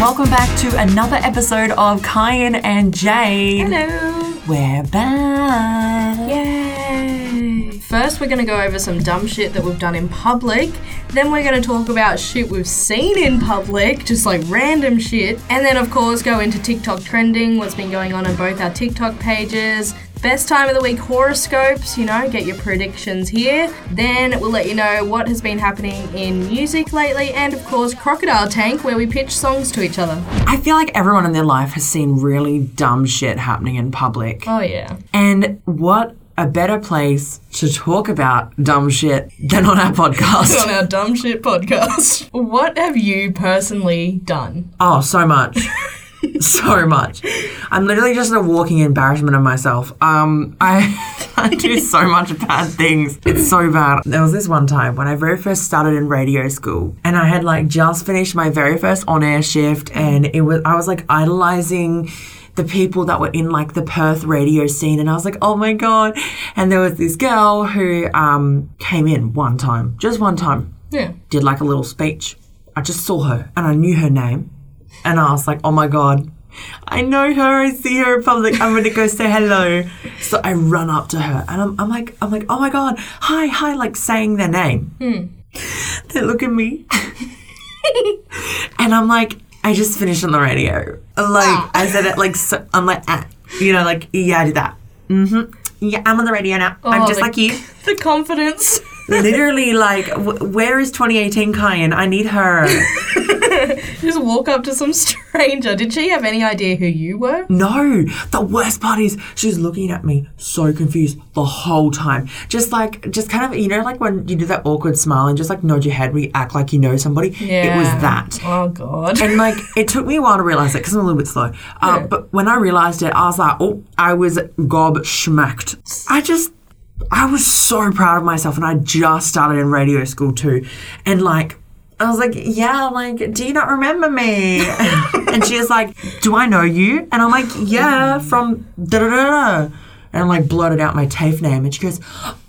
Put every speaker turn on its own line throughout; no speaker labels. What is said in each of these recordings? welcome back to another episode of Kyan and Jade.
Hello.
We're back.
Yay. First, we're going to go over some dumb shit that we've done in public. Then, we're going to talk about shit we've seen in public, just like random shit. And then, of course, go into TikTok trending, what's been going on on both our TikTok pages. Best time of the week horoscopes, you know, get your predictions here. Then we'll let you know what has been happening in music lately, and of course, Crocodile Tank, where we pitch songs to each other.
I feel like everyone in their life has seen really dumb shit happening in public.
Oh, yeah.
And what a better place to talk about dumb shit than on our podcast.
on our dumb shit podcast. What have you personally done?
Oh, so much. so much. I'm literally just a walking embarrassment of myself. Um, I, I do so much bad things. It's so bad. There was this one time when I very first started in radio school and I had like just finished my very first on air shift and it was I was like idolizing the people that were in like the Perth radio scene, and I was like, oh my god! And there was this girl who um, came in one time, just one time,
Yeah.
did like a little speech. I just saw her and I knew her name. And I was like, oh my God, I know her. I see her in public. I'm going to go say hello. So I run up to her and I'm, I'm like, I'm like, oh my God, hi, hi, like saying their name.
Hmm.
They look at me. and I'm like, I just finished on the radio.
Ah.
Like, I said it like, so, I'm like, ah, you know, like, yeah, I did that. Mm-hmm. Yeah, I'm on the radio now. I'm
Oh,
just
the-
like you
The confidence.
literally like w- where is 2018 Kyan? I need her.
Just walk up to some stranger. Did she have any idea who you were?
no, the worst part is she's looking at me so confused the whole time. Just like just kind of you know like when you do that awkward smile and just like nod your head, we act like you know somebody. It was that.
Oh, God.
And like, it took me a while to realize it because I'm a little bit slow. Uh, But when I realized it, I was like, oh, I was gob smacked. I just, I was so proud of myself. And I just started in radio school too. And like, I was like, yeah, like, do you not remember me? and she was like, do I know you? And I'm like, yeah, from da da da da. And like blurted out my TAFE name. And she goes,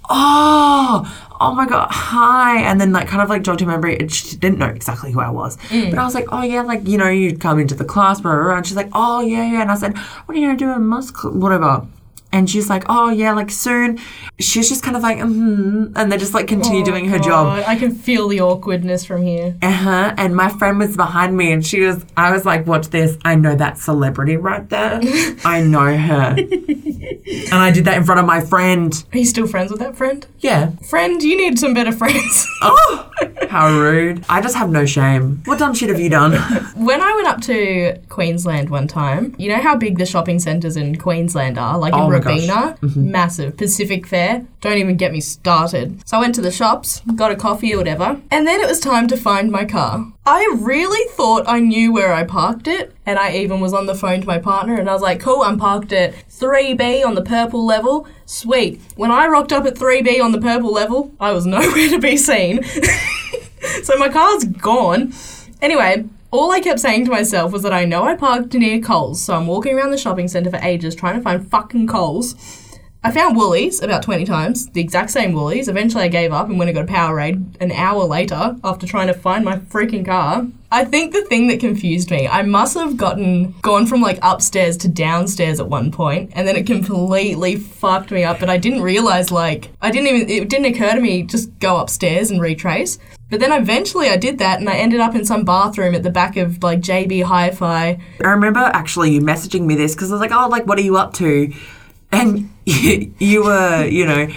oh, oh my god, hi. And then like kind of like jogged her memory. And she didn't know exactly who I was. But I was like, oh yeah, like, you know, you'd come into the class, blah, blah, blah. And she's like, oh yeah, yeah. And I said, what are you going to do in Musk, whatever. And she's like, oh yeah, like soon. She's just kind of like, mm-hmm. and they just like continue doing her job.
God, Oh, I can feel the awkwardness from here.
Uh-huh. And my friend was behind me and she was I was like, watch this. I know that celebrity right there. I know her. and I did that in front of my friend.
Are you still friends with that friend?
Yeah.
Friend, you need some better friends.
Oh how rude. I just have no shame. What dumb shit have you done?
when I went up to Queensland one time, you know how big the shopping centres in Queensland are, like
Oh
in
my gosh.
Robina, massive Pacific Fair. Don't even get me started. So I went to the shops, got a coffee or whatever, and then it was time to find my car. I really thought I knew where I parked it, and I even was on the phone to my partner, and I was like, "Cool, I'm parked at 3B on the purple level. Sweet." When I rocked up at 3B on the purple level, I was nowhere to be seen. So my car's gone. Anyway, all I kept saying to myself was that I know I parked near Coles, so I'm walking around the shopping centre for ages trying to find fucking Coles. I found Woolies about 20 times, the exact same Woolies. Eventually I gave up and went and got a Powerade an hour later after trying to find my freaking car. I think the thing that confused me, I must have gotten gone from like upstairs to downstairs at one point, and then it completely fucked me up. But I didn't realize like I didn't even it didn't occur to me just go upstairs and retrace. But then eventually I did that and I ended up in some bathroom at the back of like JB Hi Fi.
I remember actually you messaging me this because I was like, oh, like, what are you up to? And you, you were, you know,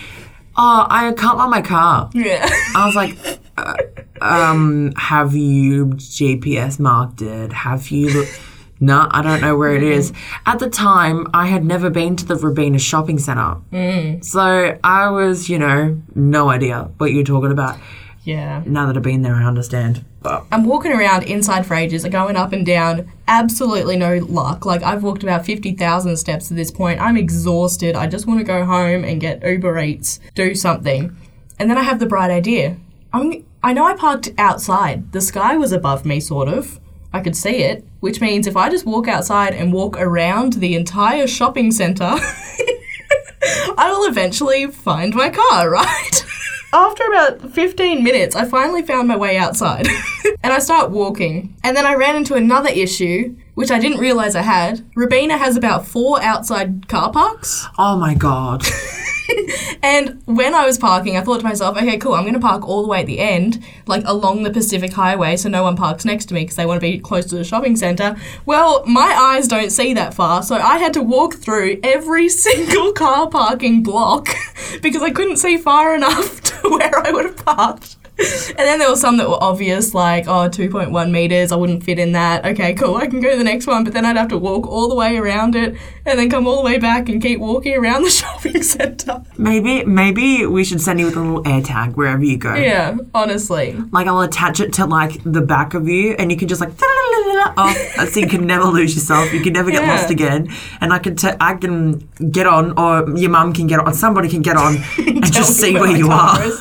oh, I can't find my car.
Yeah.
I was like, uh, um, have you GPS marked it? Have you? loo- No, I don't know where it is. At the time, I had never been to the Rabina shopping centre. So I was, you know, no idea what you're talking about.
Yeah.
Now that I've been there, I understand. Oh But
I'm walking around inside for ages, going up and down, absolutely no luck. Like, I've walked about 50,000 steps to this point. I'm exhausted. I just want to go home and get Uber Eats, do something. And then I have the bright idea. I'm, I know I parked outside. The sky was above me, sort of. I could see it, which means if I just walk outside and walk around the entire shopping centre, I will eventually find my car, right? after about 15 minutes, I finally found my way outside and I start walking. And then I ran into another issue, which I didn't realize I had. Rabina has about four outside car parks.
Oh my god.
And when I was parking, I thought to myself, okay, cool, I'm going to park all the way at the end, like along the Pacific Highway, so no one parks next to me because they want to be close to the shopping centre. Well, my eyes don't see that far, so I had to walk through every single car parking block because I couldn't see far enough to where I would have parked. And then there were some that were obvious, like, oh, 2.1 meters, I wouldn't fit in that. Okay, cool, I can go to the next one, but then I'd have to walk all the way around it and then come all the way back and keep walking around the shopping centre.
Maybe maybe we should send you with a little air tag wherever you go.
Yeah, honestly.
Like I'll attach it to like the back of you, and you can just like off, so you can never lose yourself. You can never get
Yeah.
lost again. And I can t- I can get on, or your mum can get on, somebody can get on and
Tell
just
me
see where
my
you
car
are.
is.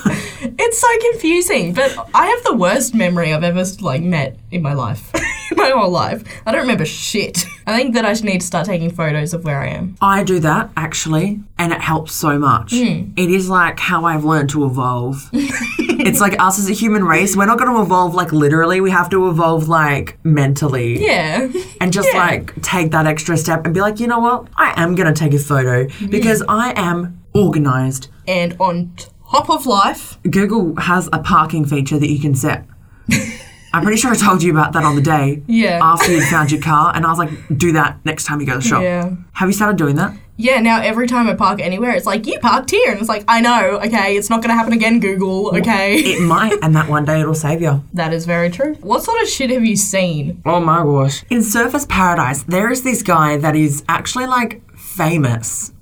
It's so confusing, but I have the worst memory I've ever like met in my life. my whole life. I don't remember shit. I think that I should need to start taking photos of where I am.
I do that actually, and it helps so much.
Hmm.
It is like how I've learned to evolve. it's like us as a human race, we're not going to evolve like literally. We have to evolve like mentally.
Yeah.
and just
Yeah.
like take that extra step and be like, you know what? I am going to take a photo
Hmm.
because I am organized.
And on top of life,
Google has a parking feature that you can set. I'm pretty sure I told you about that on the day
Yeah.
after you found your car, and I was like, do that next time you go to the shop.
Yeah.
Have you started doing that?
yeah, now every time I park anywhere, it's like, you parked here. And it's like, I know, okay, it's not going to happen again, Google, okay?
It might, and that one day it'll save you.
that is very true. What sort of shit have you seen?
Oh my gosh. In Surface Paradise, there is this guy that is actually like famous.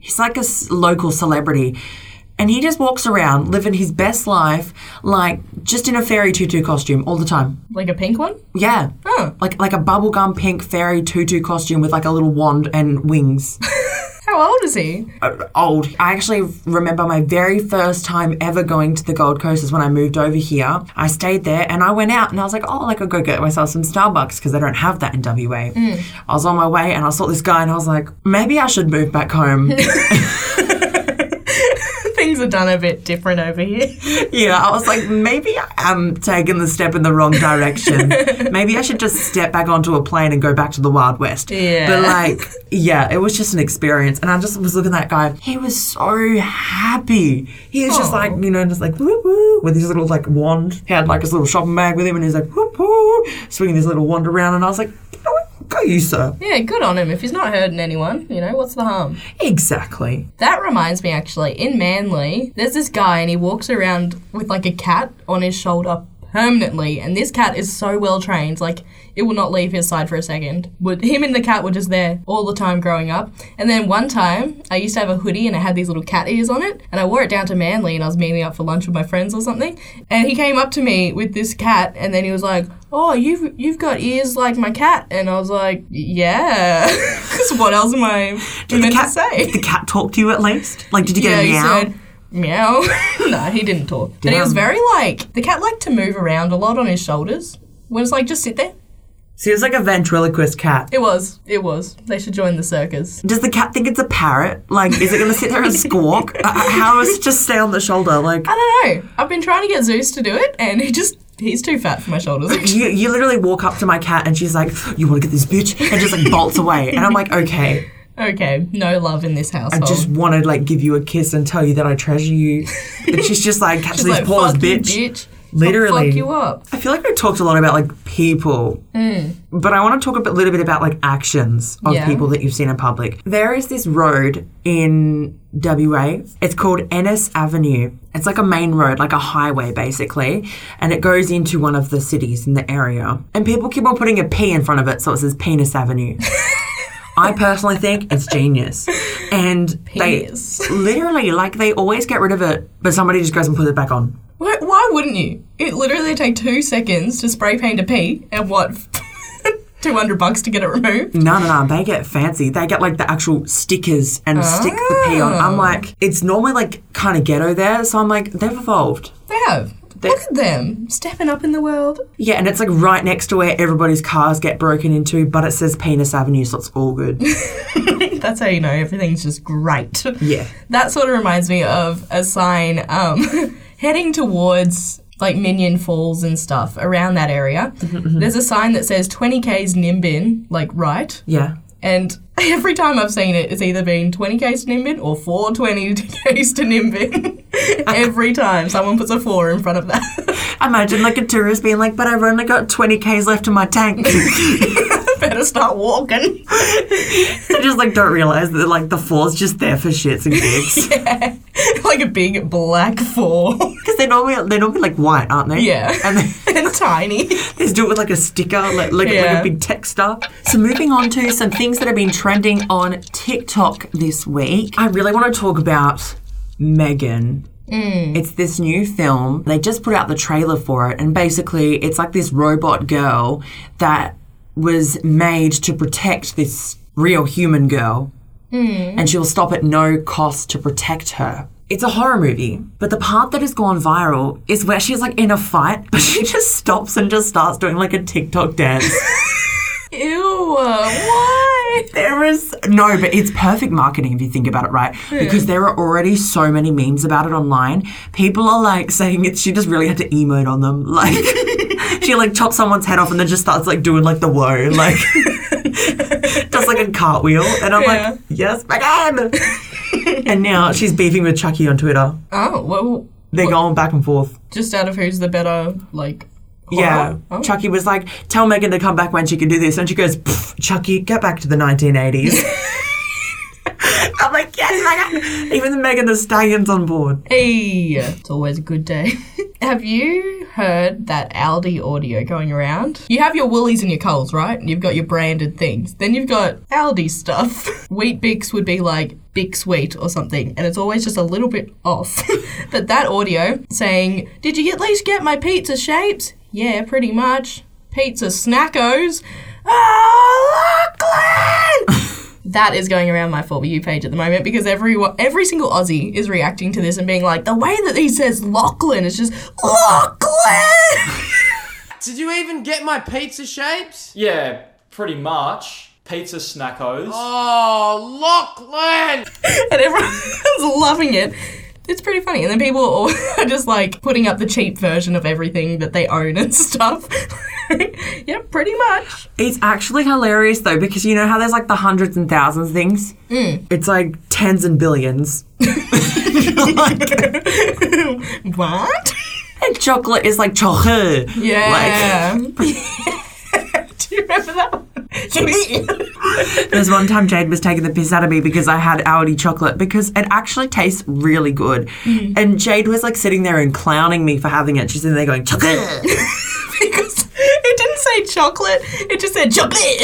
He's like a s- local celebrity. And he just walks around living his best life, like just in a fairy tutu costume all the time.
Like a pink one?
Yeah.
Oh.
Like like a bubblegum pink fairy tutu costume with like a little wand and wings.
How old is he?
Uh, Old. I actually remember my very first time ever going to the Gold Coast is when I moved over here. I stayed there and I went out and I was like, oh, like I'll go get myself some Starbucks because they don't have that in WA. I was on my way and I saw this guy and I was like, maybe I should move back home.
Things are done a bit different over here.
yeah, I was like, maybe I'm taking the step in the wrong direction. maybe I should just step back onto a plane and go back to the Wild West.
Yeah.
But like, yeah, it was just an experience. And I just was looking at that guy. He was so happy. He was just
Aw.
like, you know, just like whoop whoop with his little like wand. He had like his little shopping bag with him and he was like whoop whoop, swinging his little wand around. And I was like, you know what? Go you, sir.
Yeah, good on him. If he's not hurting anyone, you know, what's the harm?
Exactly.
That reminds me actually, in Manly, there's this guy and he walks around with like a cat on his shoulder permanently, and this cat is so well trained, like it will not leave his side for a second. Would him and the cat were just there all the time growing up. And then one time I used to have a hoodie and I had these little cat ears on it, and I wore it down to Manly and I was meeting up for lunch with my friends or something. And he came up to me with this cat and then he was like, Oh, you've you've got ears like my cat, and I was like, yeah. 'Cause what else am I meant
cat,
to say?
did the cat talk to you at least? Like, did you get a
he
meow?
said meow. nah, he didn't talk. But he was
Damn.
very like the cat liked to move around a lot on his shoulders. When it's like just sit there.
so he was like a ventriloquist cat.
It was. It was. They should join the circus.
Does the cat think it's a parrot? Like, is it going to sit there and squawk? Uh, uh, How does it just stay on the shoulder? Like,
I don't know. I've been trying to get Zeus to do it and he just he's too fat for my shoulders.
you, you literally walk up to my cat and she's like, "You want to get this bitch?" and just like bolts away. And I'm like, "Okay,
okay, no love in this household.
I just want to like give you a kiss and tell you that I treasure you." But she's just like, "Catch
She's
these
like,
paws,
"Fuck you,
bitch."
bitch. I'll
Literally.
fuck you up.
I feel like we talked a lot about like people, but I want to talk a bit, little bit about like actions of
Mm. Yeah.
people that you've seen in public. There is this road in WA. It's called Ennis Avenue. It's like a main road, like a highway basically, and it goes into one of the cities in the area. And people keep on putting a P in front of it, so it says Penis Avenue. I personally think it's genius, and
Penis.
they literally like they always get rid of it, but somebody just goes and puts it back on.
Why, why wouldn't you? It literally take two seconds to spray paint a pee and what two hundred bucks to get it removed?
No, no, no. They get fancy. They get like the actual stickers and stick the P on. I'm like, it's normally like kind of ghetto there. So I'm like, they've evolved.
They have.
They-
Look at them stepping up in the world.
yeah, and it's like right next to where everybody's cars get broken into, but it says Penis Avenue, so it's all good.
That's how you know everything's just great.
Yeah.
That sort of reminds me of a sign um, heading towards like Minion Falls and stuff around that area. There's a sign that says 20k's Nimbin, like right.
yeah.
And every time I've seen it, it's either been 20k's to Nimbin or 420k's to Nimbin. every time someone puts a 4 in front of that.
Imagine like a tourist being like, but I've only got 20 Ks left in my tank.
Better start walking.
they just like don't realize that like the four's just there for shits and gigs.
like a big black 4.
Because they normally, they normally like white, aren't they?
Yeah.
And they,
and tiny.
They do it with like a sticker, like like, like
Yeah.
a big text star. So moving on to some things that have been trending on TikTok this week. I really want to talk about Megan. It's this new film. They just put out the trailer for it, and basically, it's like this robot girl that was made to protect this real human girl and she'll stop at no cost to protect her. It's a horror movie, but the part that has gone viral is where she's like in a fight, but she just stops and just starts doing like a TikTok dance.
Ew, uh, why?
there is no, but it's perfect marketing if you think about it, right? Because there are already so many memes about it online. People are like saying it. She just really had to emote on them, like. She like chops someone's head off and then just starts like doing like the woe, like does like a cartwheel, and I'm
Yeah.
like, yes, Megan. and now she's beefing with Chucky on Twitter.
Oh, well,
They're going back and forth.
just out of who's the better, like,
Yeah.
horror? Oh.
Chucky was like, tell Megan to come back when she can do this. And she goes, "Pff, Chucky, get back to the 1980s. I'm like, yes, Megan. Even the Megan the Stallion's on board.
Hey, it's always a good day. have you heard that Aldi audio going around? You have your Woolies and your Coles, right? You've got your branded things. Then you've got Aldi stuff. Wheat Bix would be like Bix Wheat or something, and it's always just a little bit off. but that audio saying, "Did you at least get my pizza shapes? Yeah, pretty much. Pizza snackos." Oh, Lachlan! that is going around my for you page at the moment because everyone, every single Aussie is reacting to this and being like, the way that he says Lachlan is just Lachlan.
Did you even get my pizza shapes?
Yeah, pretty much. Pizza snackos.
Oh, Lachlan!
and everyone's loving it. It's pretty funny. And then people are all- are just like putting up the cheap version of everything that they own and stuff. yeah, pretty much.
It's actually hilarious though, because you know how there's like the hundreds and thousands of things?
Mm.
It's like tens and billions.
What?
And chocolate is like chocolate.
Yeah. Do you remember that one?
Like, there's one time Jade was taking the piss out of me because I had Audi chocolate because it actually tastes really good. And Jade was like sitting there and clowning me for having it. She's in there going, chocolate.
because it didn't say chocolate, it just said chocolate.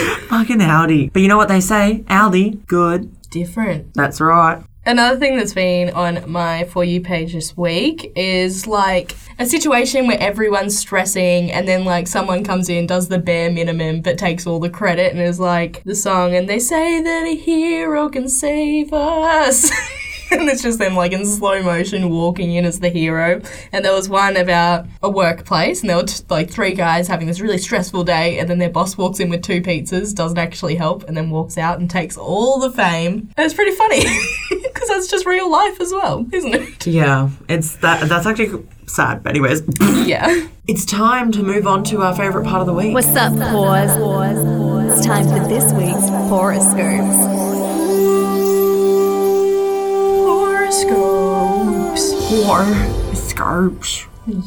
Fucking Aldi. But you know what they say? Aldi, good.
different.
That's right.
Another thing that's been on my For You page this week is like a situation where everyone's stressing and then like someone comes in, does the bare minimum, but takes all the credit and is like the song, and they say that a hero can save us. and it's just them like in slow motion walking in as the hero. And there was one about a workplace, and there were t- like three guys having this really stressful day, and then their boss walks in with two pizzas, doesn't actually help, and then walks out and takes all the fame. And it's pretty funny because that's just real life as well, isn't it?
Yeah, it's that. That's actually sad. But anyways,
yeah.
it's time to move on to our favorite part of the week.
What's up, pause? It's time for this week's horoscopes.
Horoscopes.
War scopes.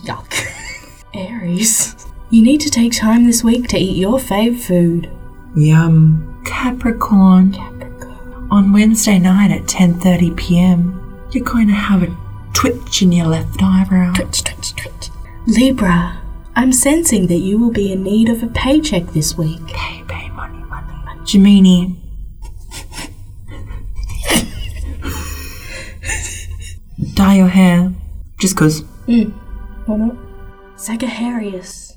Yuck. Aries. You need to take time this week to eat your fave food.
Yum. Capricorn. On Wednesday night at 10:30 p.m., you're going to have a twitch in your left eyebrow.
Libra, I'm sensing that you will be in need of a paycheck this week.
Pay, pay, money, money, money. Gemini. Dye your hair. Just cause.
Sagittarius.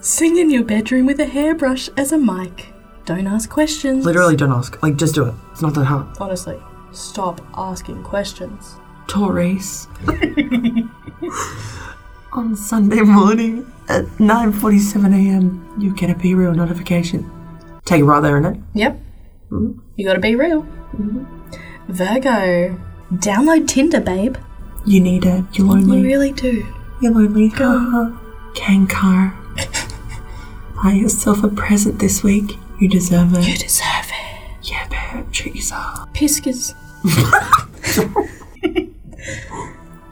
Sing in your bedroom with a hairbrush as a mic. Don't ask questions.
Literally, don't ask. Like, just do it. It's not that hard.
Honestly. Stop asking questions.
Torres. On Sunday morning at 9:47 a.m., you get a Be Real notification. Take it right there, innit?
Yep. Mm-hmm. You gotta be real. Virgo. Download Tinder, babe.
You need it. You're
You
lonely.
really do.
You're lonely. Kankar. Buy yourself a present this week. You deserve it.
You deserve it.
Yeah, babe. Treat yourself.
Piskers.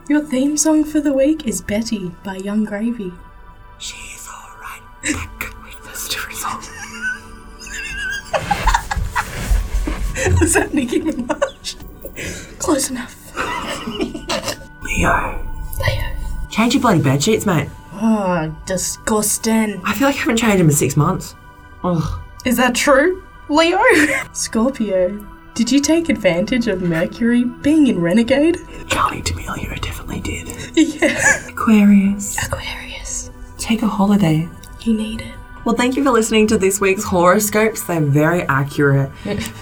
Your theme song for the week is Betty by Young Gravy.
She's all right. That could be the story song.
Is that Nicki Minaj? Close enough.
Leo.
Leo.
Change your bloody bed sheets, mate.
Oh, disgusting.
I feel like I haven't changed them in six months. Ugh.
Is that true, Leo? Scorpio. Did you take advantage of Mercury being in Renegade?
Charlie D'Amelio definitely did.
Yeah.
Aquarius.
Aquarius.
Take a holiday.
You need it.
Well, thank you for listening to this week's horoscopes. They're very accurate.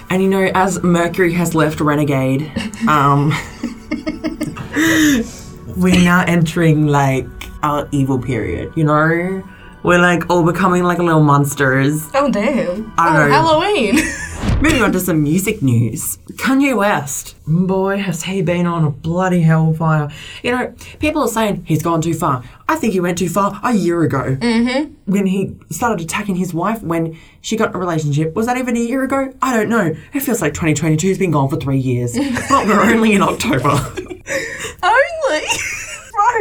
and you know, as Mercury has left Renegade, um, we're now entering like our evil period, you know? We're like all becoming like little monsters.
Oh, damn.
I
oh,
know.
Halloween.
Moving on to some music news. Kanye West. Boy, has he been on a bloody hellfire. You know, people are saying he's gone too far. I think he went too far a year ago. Mm-hmm. When he started attacking his wife when she got in a relationship. Was that even a year ago? I don't know. It feels like 2022 has been gone for three years. but we're only in October.
Only.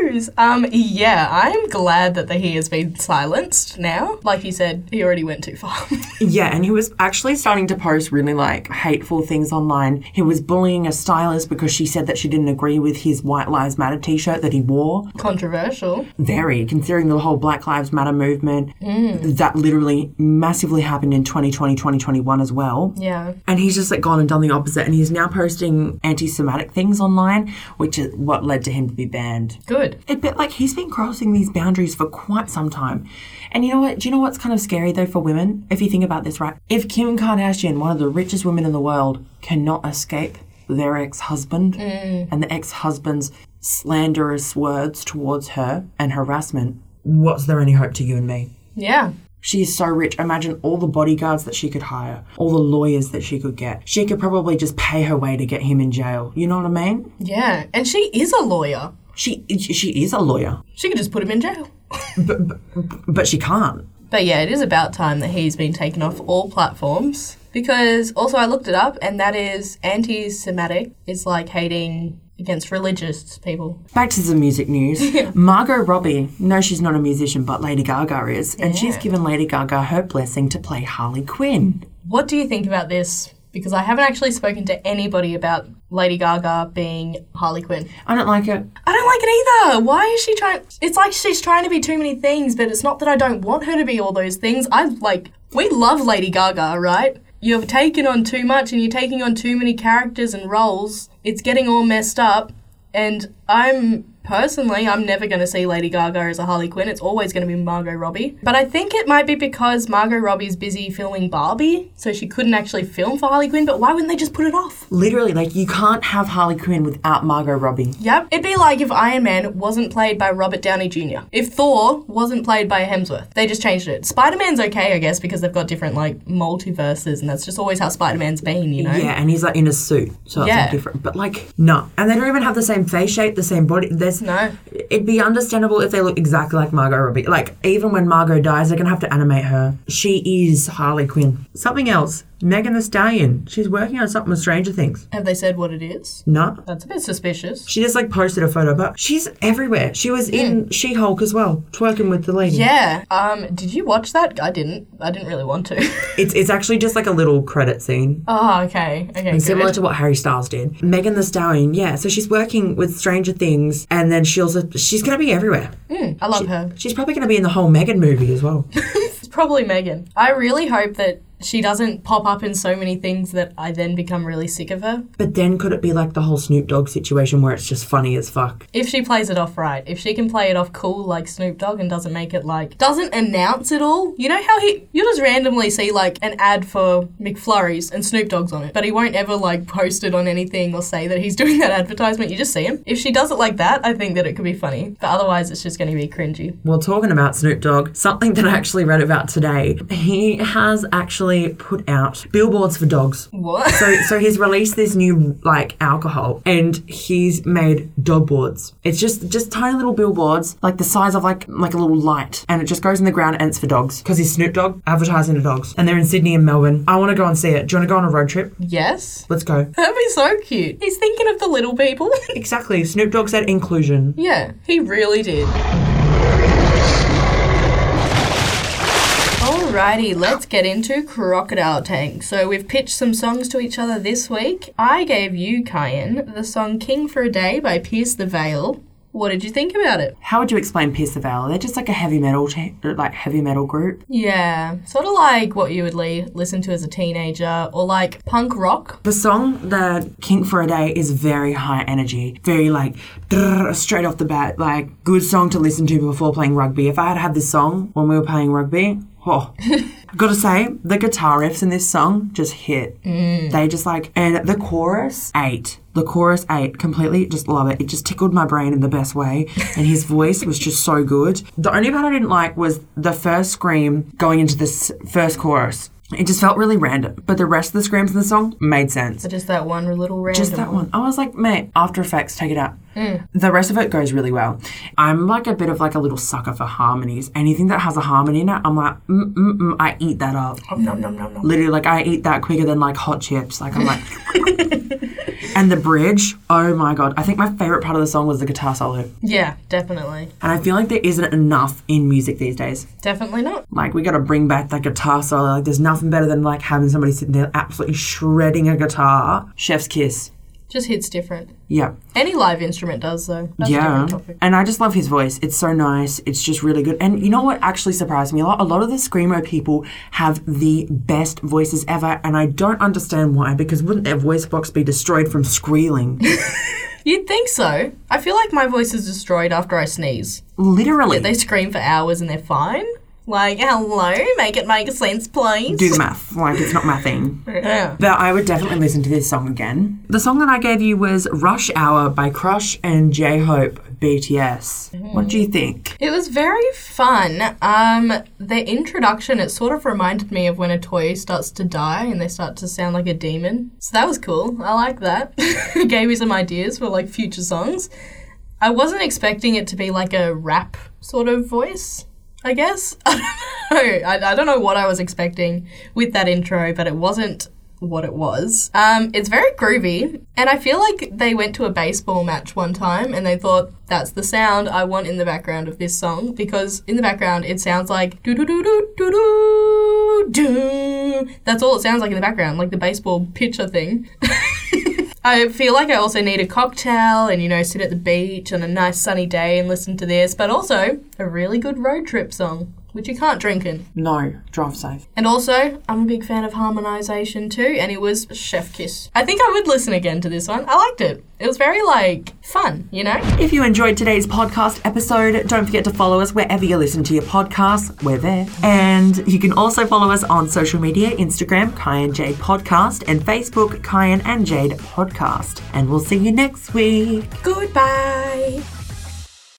Rose. Um, yeah, I'm glad that the he has been silenced now. Like you said, he already went too far.
yeah, and he was actually starting to post really like hateful things online. He was bullying a stylist because she said that she didn't agree with his White Lives Matter t shirt that he wore.
Controversial.
very, considering the whole Black Lives Matter movement that literally massively happened in 2020, 2021 as well.
Yeah.
And he's just like gone and done the opposite. And he's now posting anti Semitic things online, which is what led to him to be banned.
Good.
A bit like he's been crossing these boundaries for quite some time. And you know what? Do you know what's kind of scary though for women? If you think about this, right? If Kim Kardashian, one of the richest women in the world, cannot escape their ex husband and the ex husband's slanderous words towards her and harassment, what's there any hope to you and me?
Yeah.
She is so rich. Imagine all the bodyguards that she could hire, all the lawyers that she could get. She could probably just pay her way to get him in jail. You know what I mean?
Yeah. And she is a lawyer.
She she is a lawyer,
She could just put him in jail.
but she can't.
But yeah, it is about time that he's been taken off all platforms because also I looked it up and that is anti Semitic. It's like hating against religious people.
Back to some music news. Margot Robbie, no, she's not a musician, but Lady Gaga is, and she's given Lady Gaga her blessing to play Harley Quinn.
What do you think about this? Because I haven't actually spoken to anybody about Lady Gaga being Harley Quinn.
I don't like it.
I don't like it either. Why is she trying? It's like she's trying to be too many things, but it's not that I don't want her to be all those things. I like, we love Lady Gaga, right? You've taken on too much and you're taking on too many characters and roles. It's getting all messed up. And I'm personally, I'm never going to see Lady Gaga as a Harley Quinn. It's always going to be Margot Robbie. But I think it might be because Margot Robbie's busy filming Barbie, so she couldn't actually film for Harley Quinn. But why wouldn't they just put it off?
Literally, like you can't have Harley Quinn without Margot Robbie.
Yep. It'd be like if Iron Man wasn't played by Robert Downey Jr. If Thor wasn't played by Hemsworth. They just changed it. Spider Man's okay, I guess, because they've got different like multiverses, and that's just always how Spider Man's been, you know.
Yeah, and he's like in a suit, so it's
Yeah.
like different. But like, no, and they don't even have the same face shape, the same body. There's
No.
It'd be understandable if they look exactly like Margot Robbie. Like even when Margot dies, they're gonna have to animate her. She is Harley Quinn. Something else, Megan Thee Stallion. She's working on something with Stranger Things.
Have they said what it is?
No.
That's a bit suspicious.
She just like posted a photo, but she's everywhere. She was in She Hulk as well, twerking with the lady.
Mm. Yeah. Um. Did you watch that? I didn't. I didn't really want to.
It's it's actually just like a little credit scene.
oh. Okay. Okay. good.
Similar to what Harry Styles did. Megan the Stallion, yeah. So she's working with Stranger Things and then she also she's gonna be everywhere.
I love her.
She's probably gonna be in the whole Megan movie as well.
It's probably Megan. I really hope that she doesn't pop up in so many things that I then become really sick of her.
But then could it be like the whole Snoop Dogg situation where it's just funny as fuck?
If she plays it off right, if she can play it off cool like Snoop Dogg and doesn't make it like doesn't announce it all. You know how he you'll just randomly see like an ad for McFlurries and Snoop Dogg's on it, but he won't ever like post it on anything or say that he's doing that advertisement. You just see him. If she does it like that, I think that it could be funny. But otherwise, it's just going to be cringy.
Well, talking about Snoop Dogg, something that I actually read about today, he has actually put out billboards for dogs.
What?
So, so he's released this new like alcohol, and he's made dog boards. It's just just tiny little billboards, like the size of like like a little light, and it just goes in the ground and it's for dogs because he's Snoop Dogg advertising to dogs, and they're in Sydney and Melbourne. I want to go and see it. Do you want to go on a road trip?
yes.
Let's go.
That'd be so cute. He's thinking of the little people.
Exactly. Snoop Dogg said inclusion.
Yeah, he really did. Alrighty, let's get into Crocodile Tank. So we've pitched some songs to each other this week. I gave you, Kyan, the song King for a Day by Pierce the Veil. What did you think about it?
How would you explain Pierce the Veil? They're just like a heavy metal, ta- like heavy metal group.
Yeah, sort of like what you would le- listen to as a teenager, or like punk rock.
The song, The King for a Day, is very high energy, very like drrr, straight off the bat, like good song to listen to before playing rugby. If I had had this song when we were playing rugby, oh, gotta say, the guitar riffs in this song just hit. They just like, and the chorus, eight. The chorus eight, completely just love it. It just tickled my brain in the best way, and his voice was just so good. The only part I didn't like was the first scream going into this first chorus. It just felt really random, but the rest of the screams in the song made sense.
But just that one little random
Just that one. I was like, mate, After Effects, take it out. The rest of it goes really well. I'm like a bit of like a little sucker for harmonies. Anything that has a harmony in it, I'm like, mm, mm, mm, I eat that up. Literally, like I eat that quicker than like hot chips. Like I'm like, and the bridge. Oh my god! I think my favorite part of the song was the guitar solo, and
Yeah, definitely.
I feel like there isn't enough in music these days.
Definitely not.
Like we got to bring back that guitar solo. Like there's nothing better than like having somebody sitting there absolutely shredding a guitar. Chef's kiss.
Just hits different.
Yep.
Any live instrument does, though. That's a
yeah.
different topic.
And I just love his voice. It's so nice. It's just really good. And you know what actually surprised me a lot? A lot of the Screamo people have the best voices ever. And I don't understand why, because wouldn't their voice box be destroyed from squealing?
You'd think so. I feel like my voice is destroyed after I sneeze.
Literally.
They scream for hours and they're fine. Like, hello, make it make sense, please.
do the math. Like, it's not mathing.
Yeah.
But I would definitely listen to this song again. The song that I gave you was Rush Hour by Crush and J Hope BTS. What do you think?
It was very fun. Um, the introduction, it sort of reminded me of when a toy starts to die and they start to sound like a demon. So that was cool. I like that. it gave me some ideas for like future songs. I wasn't expecting it to be like a rap sort of voice, I guess. I don't know. I, I don't know what I was expecting with that intro, but it wasn't what it was. Um, it's very groovy, and I feel like they went to a baseball match one time and they thought, that's the sound I want in the background of this song because in the background it sounds like doo doo doo doo doo doo doo. That's all it sounds like in the background, like the baseball pitcher thing. I feel like I also need a cocktail and, you know, sit at the beach on a nice sunny day and listen to this, but also a really good road trip song, which you can't drink in.
No, drive safe.
And also, I'm a big fan of harmonization too, and it was Chef Kiss. I think I would listen again to this one. I liked it. It was very, like, fun, you know?
If you enjoyed today's podcast episode, don't forget to follow us wherever you listen to your podcasts. We're there. And you can also follow us on social media Instagram, Kyan Jade Podcast, and Facebook, Kyan and Jade Podcast. And we'll see you next week.
Goodbye.